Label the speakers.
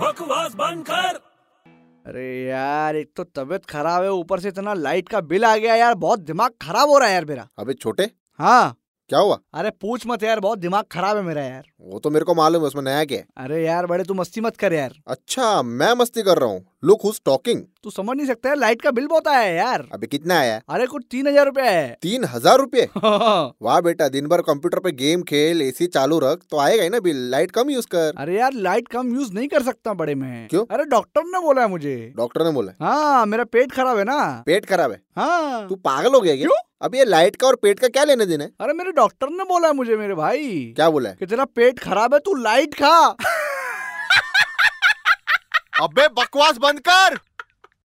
Speaker 1: बकवास बंद कर
Speaker 2: अरे यार एक तो तबीयत खराब है ऊपर से इतना लाइट का बिल आ गया यार बहुत दिमाग खराब हो रहा है यार मेरा
Speaker 3: अबे छोटे
Speaker 2: हाँ
Speaker 3: क्या हुआ
Speaker 2: अरे पूछ मत यार बहुत दिमाग खराब है मेरा यार
Speaker 3: वो तो मेरे को मालूम है उसमें नया क्या है
Speaker 2: अरे यार बड़े तू मस्ती मत कर यार
Speaker 3: अच्छा मैं मस्ती कर रहा हूँ लुक हुज टॉकिंग
Speaker 2: तू समझ नहीं सकता यार लाइट का बिल बहुत आया है यार
Speaker 3: अबे कितना आया है?
Speaker 2: अरे कुछ तीन हजार रुपया है
Speaker 3: तीन हजार रूपए
Speaker 2: हाँ।
Speaker 3: वाह बेटा दिन भर कंप्यूटर पे गेम खेल एसी चालू रख तो आएगा ही ना बिल लाइट कम यूज कर
Speaker 2: अरे यार लाइट कम यूज नहीं कर सकता बड़े में
Speaker 3: क्यों?
Speaker 2: अरे डॉक्टर ने बोला है मुझे
Speaker 3: डॉक्टर ने बोला
Speaker 2: हाँ मेरा पेट खराब है ना
Speaker 3: पेट खराब है
Speaker 2: हाँ
Speaker 3: तू पागल हो गया क्या
Speaker 2: क्यों?
Speaker 3: अब ये लाइट का और पेट का क्या लेने देना है
Speaker 2: अरे मेरे डॉक्टर ने बोला है मुझे मेरे भाई
Speaker 3: क्या बोला है
Speaker 2: कि तेरा पेट खराब है तू लाइट खा
Speaker 4: अबे बकवास बंद कर